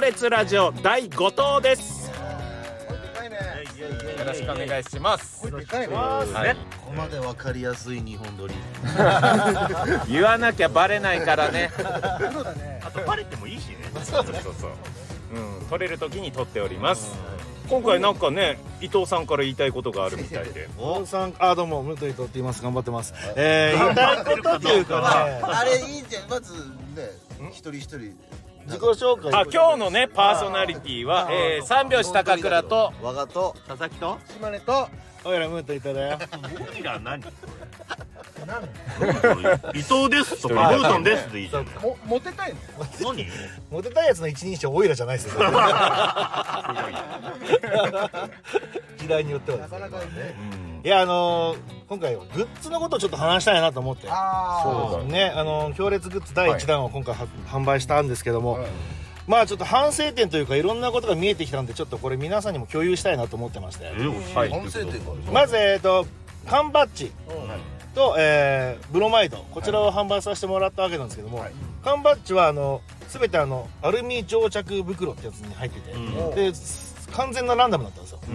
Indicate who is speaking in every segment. Speaker 1: 列ラジオ第5投です
Speaker 2: よろしくお願いします。
Speaker 1: はい
Speaker 3: ここまでわかりやすい日本撮り
Speaker 2: 言わなきゃバレないからね。
Speaker 1: あとバレてもいいしね
Speaker 2: そうそうそう。うん、取れる時に取っております。今回なんかね、伊藤さんから言いたいことがあるみたいで。
Speaker 4: おさんあどうも武藤伊藤って言います頑張ってますえー、言いたいことっていうかね
Speaker 3: あれいいじゃんまずね一人一人
Speaker 4: 自己紹介
Speaker 2: あ、今日のね、パーソナリティは、えー、三拍子高倉と。
Speaker 3: 我がと
Speaker 5: 佐々木と
Speaker 4: 島根とおいら武藤伊藤だよ
Speaker 5: ゴリラ何伊藤ですとかブートンですでいいじゃん
Speaker 4: もモテたいの
Speaker 5: 何い
Speaker 4: モテたいやつの一人称おいらじゃないですよ 時代によってはですねいやあのー今回はグッズのことをちょっと話したいなと思ってそうだねあのー強烈グッズ第1弾を今回は販売したんですけども、まあちょっと反省点というかいろんなことが見えてきたのでちょっとこれ皆さんにも共有したいなと思ってまして
Speaker 5: え教えて
Speaker 3: 本性というか
Speaker 4: まずえっ、と缶バッジと、えーブロマイドこちらを販売させてもらったわけなんですけども、缶バッジはあの全てあのアルミ蒸着袋ってやつに入ってて、で完全なランダムだったんですよ、だか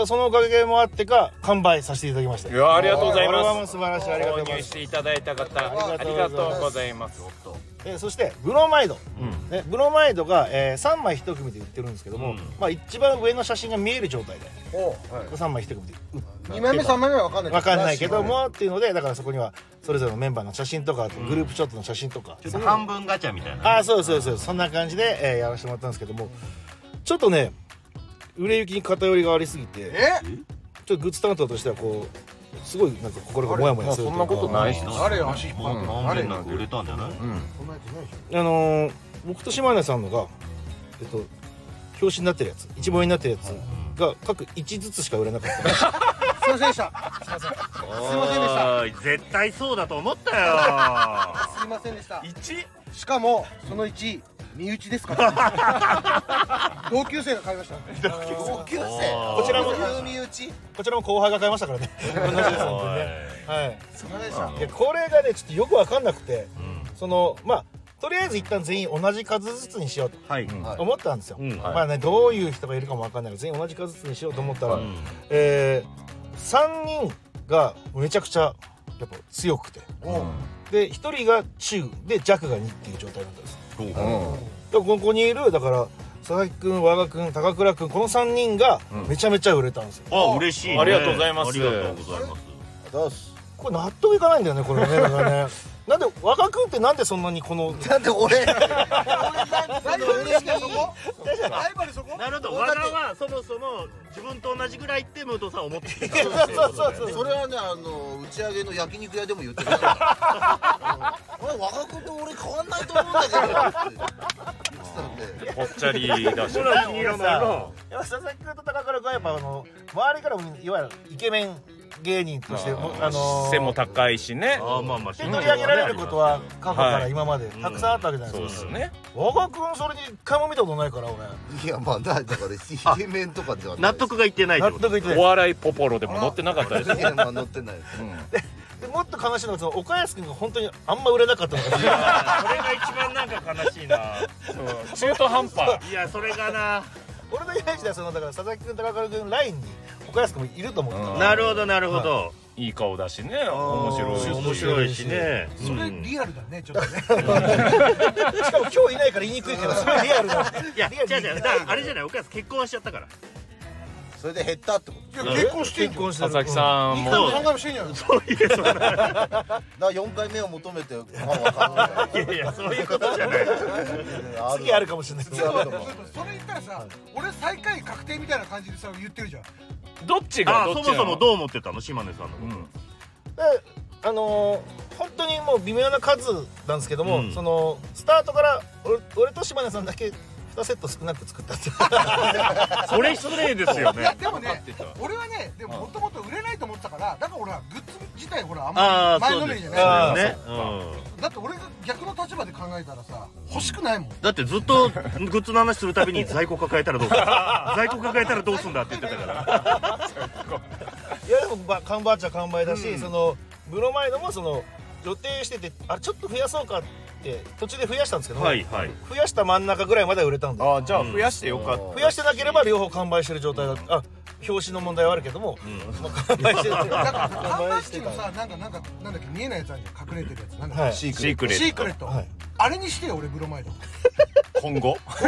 Speaker 4: らそのおかげもあってか完売させていただきました
Speaker 2: いや、ありがとうござい
Speaker 4: これはも
Speaker 2: ま
Speaker 4: う
Speaker 2: す
Speaker 4: 素。晴らしいありがとう
Speaker 2: 購
Speaker 4: ござ
Speaker 2: 入
Speaker 4: いま
Speaker 2: し
Speaker 4: す
Speaker 2: ていただいた方、ありがとうございます。
Speaker 4: えーそしてブロマイド、ね、ブロマイドが、え3枚1組で売ってるんですけども、まあ、一番上の写真が見える状態で3枚1組で売っ
Speaker 6: 2枚目3枚目は分かんない
Speaker 4: わかんないけどもっていうのでだからそこにはそれぞれのメンバーの写真とかあとグループショットの写真とか、
Speaker 5: ちょっと半分ガチャみたいな
Speaker 4: ああそうそうそうそんな感じで、えーやらせてもらったんですけどもちょっとね売れ行きに偏りがありすぎてちょっとグッズ担当としてはこうすごいなんか心がモヤモヤするというか
Speaker 2: いし
Speaker 6: あれよ足引っ張って
Speaker 5: 何千なんか売れたんじゃない
Speaker 4: あのー僕と島根さんのがえっと表紙になってるやつ一番になってるやつが各1ずつしか売れなかった
Speaker 6: すいませんでしたすいませんでした
Speaker 5: おい絶対そうだと思ったよ
Speaker 6: すいませんでした
Speaker 2: 一。
Speaker 6: しかもその1身内ですから 同級生が買いました
Speaker 3: 同級生
Speaker 4: こちらも
Speaker 3: 身内
Speaker 4: こちらも後輩が買いましたからね同じです本当にねはいいやこれがねちょっとよく分かんなくて、そのまあとりあえず一旦全員同じ数ずつにしようと
Speaker 5: はい
Speaker 4: 思ったんですよ、
Speaker 5: うんはい
Speaker 4: まあねどういう人がいるかも分かんないから全員同じ数ずつにしようと思ったら、え3人がめちゃくちゃやっぱ強くて、で1人が中で弱が2っていう状態だったんですだからここにいるだから佐々木君和賀君高倉君この3人がめちゃめちゃ売れたんですよ、
Speaker 5: あ嬉しいね
Speaker 2: ありがとうございます
Speaker 5: ありがとうございます
Speaker 3: どうす
Speaker 4: これ納得いかないんだよねこれねだからね なんで和賀君ってなんでそんなにこの
Speaker 3: なんで俺
Speaker 6: ライバルしかそこライバルそこ
Speaker 5: なるほど和田はそもそも自分と同じぐらいって武藤さん思ってた
Speaker 4: そう そうそうそう
Speaker 3: それはねあの打ち上げの焼肉屋でも言ってたからうんおい若君と俺変わんないと思うんだけどって言ってたんで
Speaker 2: ぽっちゃりだし。
Speaker 4: やっぱ佐々木君と高倉君はやっぱあの周りからもいわゆるイケメン芸人としても あの
Speaker 2: 背も高いしね。
Speaker 5: あーまあまあ
Speaker 4: で取り上げられることは過去か
Speaker 2: は
Speaker 4: ら
Speaker 2: い
Speaker 4: 今までたくさんあったわけじゃない
Speaker 2: そう
Speaker 4: で
Speaker 2: ですす
Speaker 4: か、
Speaker 2: ね。
Speaker 4: 我が君それに一回も見たことないから俺
Speaker 3: いやまあだだからイケメンとかではない
Speaker 5: 納得がいってないって
Speaker 4: 納
Speaker 5: こと
Speaker 4: 得いって
Speaker 2: お
Speaker 4: ない
Speaker 2: 笑いポポロでも乗ってなかったです。
Speaker 3: いやまあ乗ってないです
Speaker 4: でもっと悲しいのがその岡安君が本当にあんま売れなかったのが
Speaker 5: それが一番なんか悲しいな
Speaker 2: 中途半端。
Speaker 5: いやそれがな
Speaker 4: 俺のイメージではそのだから佐々木君高倉君ラインに岡安君もいると思ってた、
Speaker 5: なるほどなるほど
Speaker 2: いい顔だしね。面白いし。
Speaker 5: 面白いしね
Speaker 6: それ
Speaker 5: うん
Speaker 6: リアルだねちょっとね
Speaker 4: しかも今日いないから言いにくいけどそれリアルだ
Speaker 5: いや
Speaker 4: リ
Speaker 5: 違
Speaker 4: アル
Speaker 5: う違うだからあれじゃないお母さん結婚しちゃったから
Speaker 3: それで減ったってこと
Speaker 6: いや結婚してん
Speaker 4: 結
Speaker 6: じゃん
Speaker 4: 婚してる
Speaker 2: 佐々木さん
Speaker 6: 2
Speaker 2: も。
Speaker 6: 回も3回もしてんじゃん
Speaker 5: そういうそんな
Speaker 3: だから4回目を求めてファンは買わない
Speaker 5: いやそういうことじゃない
Speaker 3: から
Speaker 4: 次あるかもしれない
Speaker 3: 次あるかも
Speaker 6: それ言ったらさ俺最下位確定みたいな感じでさ言ってるじゃん
Speaker 2: どっちが
Speaker 5: あ
Speaker 2: ど
Speaker 5: そ
Speaker 2: っ
Speaker 5: も
Speaker 2: ちなの
Speaker 5: そもどう思ってたの島根さんのこと
Speaker 4: であのー本当にもう微妙な数なんですけども、
Speaker 5: うん
Speaker 4: そのスタートから俺俺と島根さんだけ2セット少なく作ったっていう
Speaker 5: それ失礼ですよ
Speaker 6: い
Speaker 5: ね
Speaker 6: やでもね俺はねでももともと売れないと思ってたからだから俺はグッズ自体ほらあん
Speaker 5: あ
Speaker 6: ま
Speaker 5: あ
Speaker 6: 前
Speaker 5: そ
Speaker 6: の
Speaker 5: う
Speaker 6: め
Speaker 5: で
Speaker 6: りじ
Speaker 5: す
Speaker 6: ゃ
Speaker 5: よ
Speaker 6: ない
Speaker 5: ねうん
Speaker 6: だって俺が逆の立場で考えたらさ欲しくないもん
Speaker 5: だってずっとグッズの話するたびに在庫抱えたらどうすん だ在庫抱えたらどうすんだって言ってたから
Speaker 4: いやでもば缶バッジは完売だし、そのブロマイドもその予定しててあれちょっと増やそうかって途中で増やしたんですけど、
Speaker 5: はいはい
Speaker 4: 増やした真ん中ぐらいまでは売れたんで
Speaker 2: ああじゃあ増やしてよかった、
Speaker 4: 増やしてなければ両方完売してる状態だったあ表紙の問題はあるけども、まあ完売して る
Speaker 6: なんか
Speaker 4: 完
Speaker 6: 看板
Speaker 4: 売して
Speaker 6: 式
Speaker 4: た
Speaker 6: の
Speaker 4: は
Speaker 6: さなんかなんかなんだっけ見えないやつあるじゃん隠れてるやつなんだっけ
Speaker 4: い
Speaker 3: シーク
Speaker 2: シ
Speaker 3: レ
Speaker 2: ー
Speaker 3: ット
Speaker 2: クレ
Speaker 6: シ
Speaker 2: ッ
Speaker 6: ークレット、
Speaker 4: はい
Speaker 6: あれにしてよ俺ブロマイド
Speaker 2: ト今後
Speaker 5: い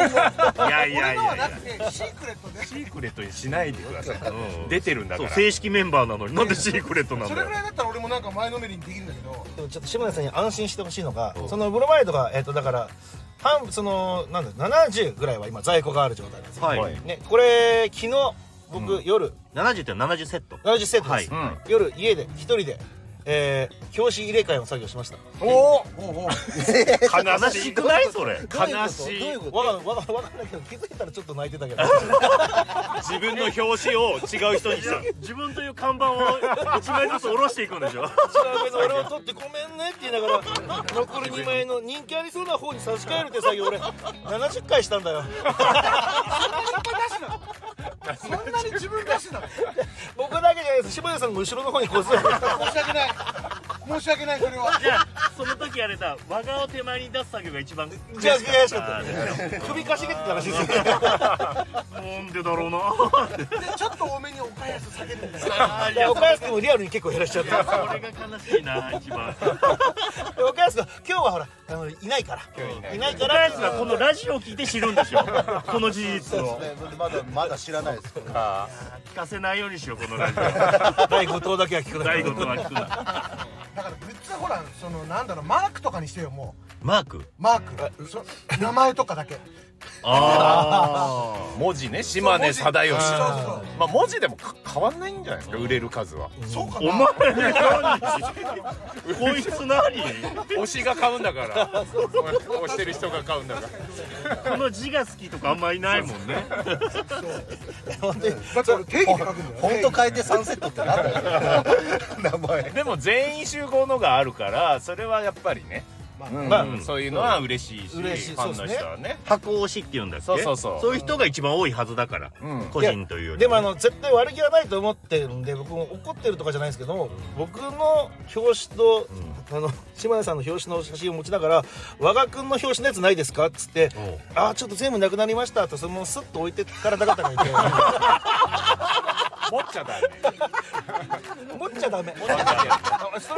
Speaker 5: やいや
Speaker 6: 俺
Speaker 5: い
Speaker 6: のは
Speaker 5: や
Speaker 6: な
Speaker 5: いや
Speaker 6: くてシークレットで
Speaker 2: シークレットにしないでください
Speaker 5: うん
Speaker 2: 出てるんだか
Speaker 5: そう
Speaker 2: ら
Speaker 5: 正式メンバーなのになんでシークレットなん
Speaker 6: そ
Speaker 5: だ
Speaker 6: れ
Speaker 5: よ
Speaker 6: ぐらいだったら俺もなんか前のめりにできるんだけど
Speaker 4: でもちょっと志村さんに安心してほしいのがそのブロマイドがえっ、とだから半そのなんだ70ぐらいは今在庫がある状態なんですよ、
Speaker 5: はい
Speaker 4: ね、これ昨日僕、夜
Speaker 5: 70って70セット
Speaker 4: 70セットです、
Speaker 2: うん
Speaker 4: 夜家で一人で、えー、表紙入れ替えの作業しました
Speaker 5: 悲しくないそれ
Speaker 2: 悲しい
Speaker 4: どううことわかんわかんわかんないけど気づいたらちょっと泣いて たけど
Speaker 2: 自分の表紙を違う人にした
Speaker 5: 自分という看板を一枚ずつ下ろしていくんでしょ
Speaker 4: 俺を取ってごめんねって言いながら 残る2枚の人気ありそうな方に差し替えるって作業俺70回したんだよ
Speaker 6: そんなに自分らしいなの
Speaker 4: 僕だけじゃないです柴田さんの後ろの方にこうする
Speaker 6: 申し訳ない申し訳ないそれは
Speaker 5: じゃあその時あれだ和顔を手前に出す作業が一番悔
Speaker 4: じゃあ
Speaker 5: し
Speaker 4: 悔し
Speaker 5: か
Speaker 4: か
Speaker 5: っ
Speaker 4: った首かしげてたらしいですよ
Speaker 5: たなんでだろう な
Speaker 6: でちょっと多めにおかやす下げるんだよ
Speaker 4: いや岡安君もリアルに結構減らしちゃった
Speaker 5: それが悲しいな一番
Speaker 4: 岡安君今日はほらあのいないからいないか
Speaker 5: 高
Speaker 4: ら
Speaker 5: 安はこのラジオを聞いて知るんでしょこの事実を
Speaker 3: まだまだ知らないですけど
Speaker 5: 聞かせないようにしようこのラジオ
Speaker 4: 第5投だけは聞くな
Speaker 5: 大悟とは聞くな
Speaker 6: だからグッズはほらそのなんだろうマークとかにしてよも
Speaker 5: マーク
Speaker 6: うマークそ名前とかだけ
Speaker 5: ああ
Speaker 2: 文字ね島根貞義
Speaker 6: そうそうそう
Speaker 2: まあ文字でもか変わんないんじゃないですか売れる数は
Speaker 6: そうか
Speaker 5: お
Speaker 6: な
Speaker 5: 前何こいつ何
Speaker 2: 推しが買うんだから推してる人が買うんだから
Speaker 5: この字が好きとかあんまいないもんね
Speaker 6: だって俺定義で書くんだよ
Speaker 3: フォント変えて3セットってなんだよ名前
Speaker 2: でも全員集合のがあるからそれはやっぱりねまあそういうのは嬉しいしフ
Speaker 4: 嬉しい
Speaker 2: ァンの人はね
Speaker 5: 箱推しって言うんだっけ
Speaker 2: そうそうそう
Speaker 5: そういう人が一番多いはずだから、
Speaker 2: うん
Speaker 5: 個人というより
Speaker 4: でもあの絶対悪気はないと思ってるんで僕も怒ってるとかじゃないんですけども、僕の表紙と、あの島根さんの表紙の写真を持ちながら「和賀君の表紙のやつないですか?」っつって「ああちょっと全部なくなりました」とそのままスッと置いてからなかったがいて「
Speaker 2: 持っちゃダメ
Speaker 4: 持っちゃ ダメ」それ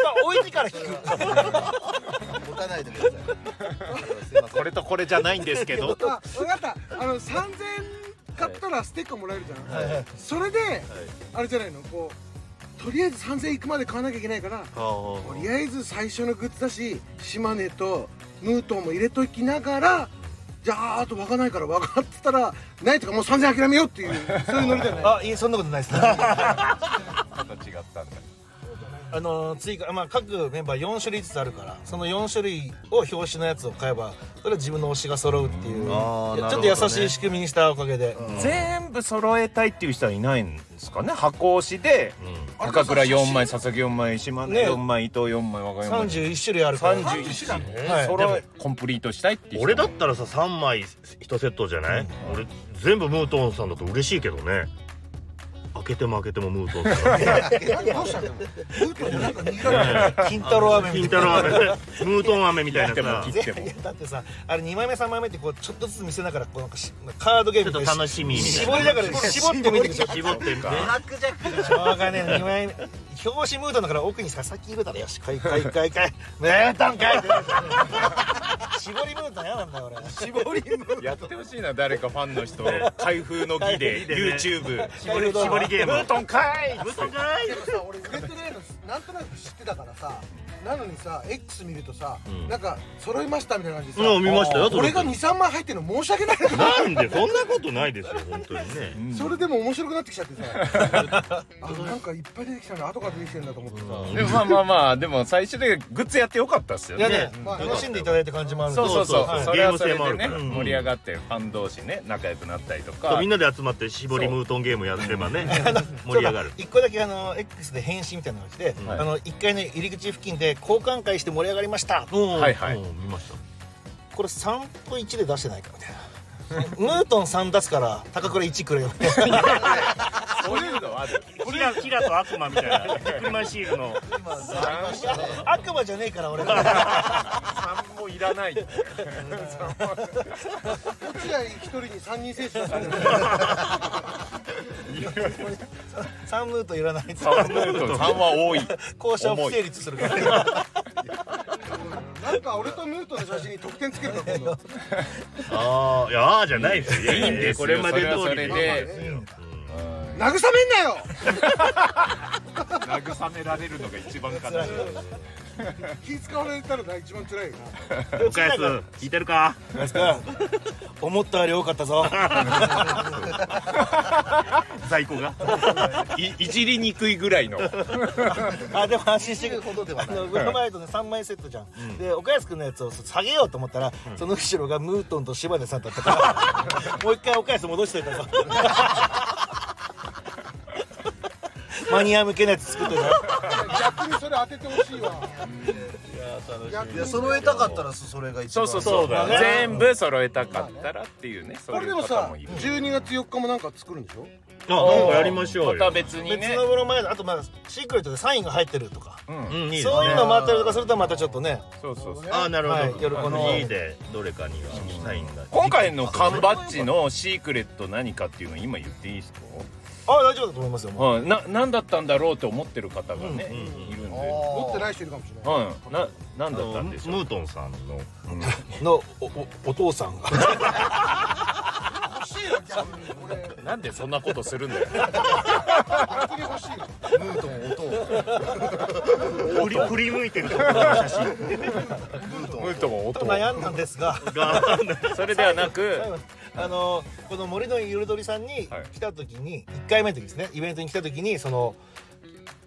Speaker 4: は置いてから聞く
Speaker 3: 持たないでくださいすいません
Speaker 2: これとこれじゃないんですけど
Speaker 6: あ分かったあの3000買ったらステッカーもらえるじゃん、それで、あれじゃないのこうとりあえず3000いくまで買わなきゃいけないから
Speaker 5: あ
Speaker 6: とりあえず最初のグッズだし島根とムートンも入れときながらじゃああと分かんないから分かってたらないとかもう3000諦めようっ ていうそういうノリだよね
Speaker 4: あいえそんなことないですね
Speaker 2: また違ったんだ
Speaker 4: あの追加、まあ、各メンバー4種類ずつあるからその4種類を表紙のやつを買えばそれは自分の推しが揃うっていう、いやちょっと優しい仕組みにしたおかげで、
Speaker 2: 全部揃えたいっていう人はいないんですかね箱推しで高倉4枚佐々木4枚島根
Speaker 4: ね
Speaker 2: 4枚伊藤4枚和歌山
Speaker 4: 31種類あるから
Speaker 2: 31種類
Speaker 4: はい
Speaker 2: 揃えコンプリートしたいっていう人も
Speaker 5: 俺だったらさ3枚1セットじゃない、俺全部ムートンさんだと嬉しいけどね開けても開けてもムートンさん
Speaker 6: どうしたのムートンになんか苦い
Speaker 4: 金太郎飴
Speaker 5: 金
Speaker 4: み
Speaker 5: 太
Speaker 4: たいな
Speaker 5: 郎飴ムートン飴みたいなさ
Speaker 2: 切
Speaker 4: い
Speaker 2: って
Speaker 4: や
Speaker 2: も
Speaker 4: いやだってさあれ2枚目3枚目ってこうちょっとずつ見せながらこうなんかしカードゲーム
Speaker 5: ちょっと楽しみみたいな
Speaker 4: 絞りながら絞ってみてください
Speaker 5: 絞ってか
Speaker 4: しょうがねえ2枚目表紙ムードだから奥に佐々木入れたらよしかいかいかいかいムートンかいってなるからね絞りムード嫌なんだよ俺
Speaker 2: 絞りやってほしいな誰かファンの人開封の儀で YouTube
Speaker 5: 絞り絞りゲームムートンかいムートンか
Speaker 6: けどさ俺売れてないのなんとなく知ってたからさなのにさ X 見るとさ、なんか揃いましたみたいな感じでさ、
Speaker 5: いうん見ましたよ
Speaker 6: 俺が23枚入ってるの申し訳ない
Speaker 5: なんでそんなことないですよ本当 にね
Speaker 6: それでも面白くなってきちゃってさあなんかいっぱい出てきたの後から出てきてるんだと思ってさ、
Speaker 2: でもまあまあまあでも最初でグッズやってよかったっすよ
Speaker 4: いや
Speaker 2: ね
Speaker 4: ね楽しんでいただいた感じもあるんで
Speaker 2: そうそうそう
Speaker 5: そうそう
Speaker 2: それはそれ
Speaker 5: ゲーム性もあ
Speaker 2: で
Speaker 5: る
Speaker 2: ね
Speaker 5: から
Speaker 2: 盛り上がってファン同士ね仲良くなったりと
Speaker 5: そう
Speaker 2: か
Speaker 5: みんなで集まって絞りムートンゲームやってればね盛り上がる
Speaker 4: 1個だけあの X で返信みたいなのが来て、あの1階の入り口付近で交換会して盛り上がりました
Speaker 2: はいはい
Speaker 5: うん見ました
Speaker 4: これ3と1で出してないかみたいなムートン3出すから高倉1くれよみたいな
Speaker 2: そういうのある
Speaker 5: キラキラと悪魔みたいな車シールの
Speaker 3: 今ありましたね
Speaker 4: 悪魔じゃねえから俺
Speaker 2: 3もいらないって
Speaker 6: 落合一人に3人選手だからね
Speaker 4: サンムートいらない
Speaker 2: 3は 多い
Speaker 4: 交渉不成立するから
Speaker 6: なんか俺とムートの写真に得点つけるか今度
Speaker 5: ああいやあーじゃないですよいや
Speaker 2: いいんですよ
Speaker 5: これまで通り
Speaker 2: それはそれで
Speaker 6: 慰めんなよ
Speaker 2: 慰められるのが一番悲しい
Speaker 6: 気使われたのが一番辛いよ
Speaker 5: おかやす聞いてるか
Speaker 4: 思ったより多かったぞ
Speaker 5: 在庫が
Speaker 2: いいじりにくいぐらいの
Speaker 4: あでも安心して
Speaker 3: 言うほどでは
Speaker 4: あ
Speaker 3: ない
Speaker 4: のブロマイドの3枚セットじゃん、で岡安君のやつを下げようと思ったら、その後ろがムートンと柴田さんだったからもう一回岡安戻しといたぞマニア向けのやつ作ってた
Speaker 6: な逆にそれ当ててほしいわ
Speaker 3: いや揃えたかったらそれが一
Speaker 2: そ
Speaker 3: 番
Speaker 2: うそうそう
Speaker 5: だね
Speaker 2: 全部揃えたかったらっていうねそ
Speaker 6: こ
Speaker 2: う
Speaker 6: れ
Speaker 2: い
Speaker 6: で
Speaker 2: う
Speaker 6: も
Speaker 2: 方
Speaker 6: さ
Speaker 2: もいる
Speaker 6: 12月4日もなんか作るんでしょ
Speaker 5: あなんかやりましょう
Speaker 2: また
Speaker 5: よ
Speaker 2: 別に
Speaker 4: 別
Speaker 2: ね
Speaker 4: のブロマイドあとまあシークレットでサインが入ってるとか、
Speaker 5: うんいいですね
Speaker 4: そういうのもあったりとかするとまたちょっとね
Speaker 2: そうそうそう
Speaker 5: ああなるほど、
Speaker 4: はい夜この
Speaker 5: いいでどれかにはサインが
Speaker 2: 今回の缶バッジのシークレット何かっていうの今言っていいですか
Speaker 4: あ大丈夫だと思いますよもう
Speaker 2: はい、な何だったんだろうって思ってる方がね、いるんで、は
Speaker 6: 持って
Speaker 3: い
Speaker 6: ない人いるかもしれない
Speaker 2: い、な何
Speaker 5: あ
Speaker 2: だった
Speaker 5: の
Speaker 2: ん
Speaker 5: ム
Speaker 2: でしょう
Speaker 5: ートンさんの
Speaker 4: のおおお父さんが
Speaker 6: 欲しいよ逆に俺
Speaker 2: なんでそんなことするんだ よ
Speaker 6: 逆に欲しいよ
Speaker 3: ムートン音を
Speaker 5: 振り振り向いてるところの写真
Speaker 3: ムートン
Speaker 2: ムートン音
Speaker 4: 悩んだんですが
Speaker 5: が
Speaker 2: それではなく
Speaker 4: 最後あのこの森のゆるどりさんに
Speaker 2: はい
Speaker 4: 来た時に、1回目の時ですねイベントに来た時にその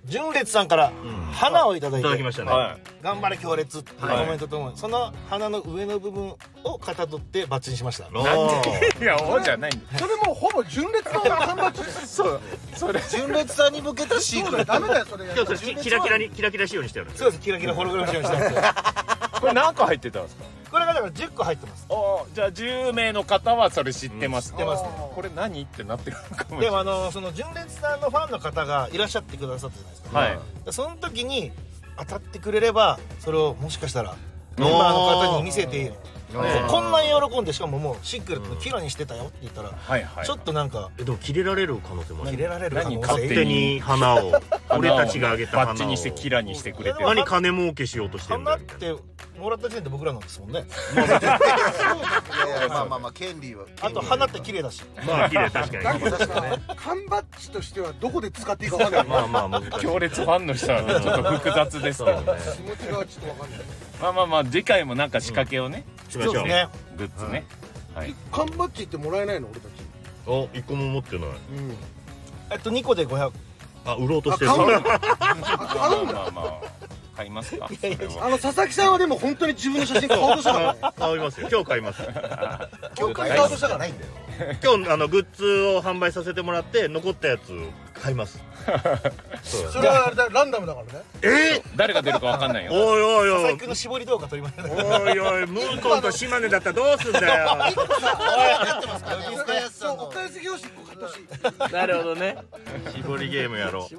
Speaker 4: 純烈さんから花をいただ
Speaker 5: い
Speaker 4: い
Speaker 5: た
Speaker 4: て「
Speaker 5: だきましたね、
Speaker 2: は
Speaker 4: 頑張れ強烈」っていうコ
Speaker 5: はい
Speaker 4: メントとともに、その花の上の部分をかたどってバッチにしました
Speaker 5: おー
Speaker 2: いいやおじゃないんだ
Speaker 6: それもうほぼ純烈の缶バッジ
Speaker 2: そうそれ
Speaker 3: 純烈さんに向けたシー
Speaker 6: そう
Speaker 3: ク
Speaker 6: だ
Speaker 3: レ
Speaker 6: よ
Speaker 3: ッ
Speaker 6: ダメ
Speaker 3: ト
Speaker 6: だよそれや
Speaker 5: 今日それキキラキラにキラキラ仕様にしたよね
Speaker 4: そうですキラキラホログラム仕様にしたんです よ
Speaker 2: これ何個入ってたんですか
Speaker 4: これがだから10個入ってます
Speaker 2: おーじゃあ10名の方はそれ知ってます、
Speaker 4: 知ってますね
Speaker 2: これ何ってなってるのかもし
Speaker 4: で
Speaker 2: れな
Speaker 4: もあのその純烈さんのファンの方がいらっしゃってくださったじゃないですか、
Speaker 2: い、はい、
Speaker 4: でその時に当たってくれればそれをもしかしたらメンバーの方に見せて
Speaker 5: ね
Speaker 4: こんなに喜んでしかももうシークレットのキラにしてたよって言ったら、
Speaker 2: はいはい
Speaker 4: ちょっとなんか
Speaker 5: えでも切れられる可能性もあ
Speaker 4: 入
Speaker 5: る
Speaker 4: れられる可
Speaker 2: 何
Speaker 4: 能
Speaker 2: 勝
Speaker 5: 勝
Speaker 4: 性
Speaker 5: 手に花を俺たちがあげた花を
Speaker 2: バッチにしてキラにしてくれてる
Speaker 5: 何金儲けしようとしてるんだ
Speaker 4: 花
Speaker 5: よ
Speaker 4: っ
Speaker 5: みたいな
Speaker 4: てもらった時点で僕らなんですもんね
Speaker 3: いやいやまあまあまあ権利は
Speaker 4: あと花って綺麗だし
Speaker 5: まあ綺麗確か
Speaker 6: だ
Speaker 5: に
Speaker 6: けどさ缶バッジとしてはどこで使っていいかわかんない
Speaker 5: まあまあ難しい
Speaker 2: 強烈ファンの人はねちょっと複雑ですけどね
Speaker 6: 気持ちがちょっとわかんない
Speaker 2: まあまあまあ次回もなんか仕掛けをね、
Speaker 5: しましょう
Speaker 4: そうですね
Speaker 2: グッズね、はい
Speaker 6: 缶バッジってもらえないの俺たち
Speaker 5: お一個も持ってない
Speaker 6: うん
Speaker 4: えっと2個で500
Speaker 5: あ売ろうとしてる
Speaker 6: あ買う
Speaker 2: ま
Speaker 6: あ買うんだ
Speaker 2: まあまあ買いますかそれは
Speaker 6: あの佐々木さんはでも本当に自分の写真買おうとしたからね
Speaker 5: 買いますよ今日買います
Speaker 3: 教会買おうとしたからないんだよ
Speaker 5: 今日あのグッズを販売させてもらって残ったやつを買います
Speaker 6: それはあれだランダムだからね
Speaker 5: え
Speaker 2: 誰が出るかわかんない
Speaker 5: お
Speaker 2: よ
Speaker 5: いおいお
Speaker 4: 最
Speaker 5: い
Speaker 4: 近の絞り動画撮りましたね
Speaker 5: おいおいムートンと島根だったらどうすんだよ
Speaker 3: 岡安さ
Speaker 6: そう
Speaker 3: んの
Speaker 6: お返し表紙1個買ってほしい
Speaker 5: なるほどね絞りゲームやろう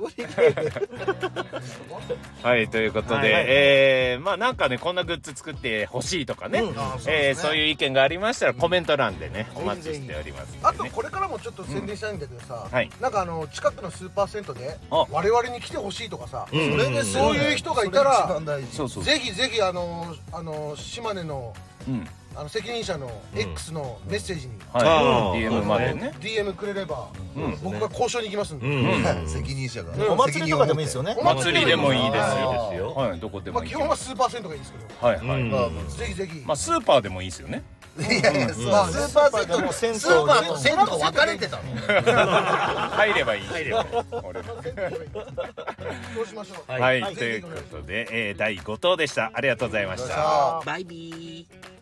Speaker 2: はいということで、
Speaker 4: はいはい
Speaker 2: えーまあなんかねこんなグッズ作ってほしいとかね、
Speaker 3: あそう
Speaker 2: えー
Speaker 3: ですね
Speaker 2: そういう意見がありましたらコメント欄でねお待ちしておりますんでね
Speaker 6: あとこれからもちょっと宣伝したいんだけどさ、
Speaker 2: うんはい
Speaker 6: なんかあの近くのスーパー銭湯で
Speaker 2: あ
Speaker 6: 我々に来てほしいとかさ、
Speaker 5: ん
Speaker 3: それですよ
Speaker 6: そういう人がいたら
Speaker 3: それ一番大事
Speaker 2: そうそう
Speaker 6: ぜひぜひあのあの島根の
Speaker 2: うん
Speaker 6: あの責任者の X のメッセージに
Speaker 5: あ
Speaker 2: は
Speaker 5: ー
Speaker 2: い DM までね
Speaker 6: DM くれれば、
Speaker 2: うん
Speaker 6: 僕が交渉に行きますんで、
Speaker 5: うん
Speaker 3: 責任者が
Speaker 4: お祭りとかでもいいですよね
Speaker 6: うん
Speaker 2: 祭りでもいいです
Speaker 3: あ
Speaker 2: よ
Speaker 3: ーいいですよ
Speaker 2: はいどこで
Speaker 6: ま
Speaker 2: も
Speaker 6: あ、
Speaker 2: いい
Speaker 6: 基
Speaker 2: け
Speaker 6: 本
Speaker 2: ど
Speaker 6: はスーパー銭湯がいいですけど、
Speaker 2: はいはい、
Speaker 5: うん
Speaker 3: まあ
Speaker 6: ぜひぜひ、
Speaker 2: まあスーパーでもいいですよね
Speaker 3: いやいやそう
Speaker 6: まあ
Speaker 3: スーパー銭湯
Speaker 4: もう銭湯
Speaker 3: スーパーと銭湯が分かれてたの
Speaker 2: 入ればいい
Speaker 5: 入ればいい
Speaker 2: 俺も
Speaker 6: そうしましょう
Speaker 2: はい、
Speaker 6: はい
Speaker 2: ということで、えー、第5投でしたありがとうございました
Speaker 3: さあ
Speaker 5: バイビー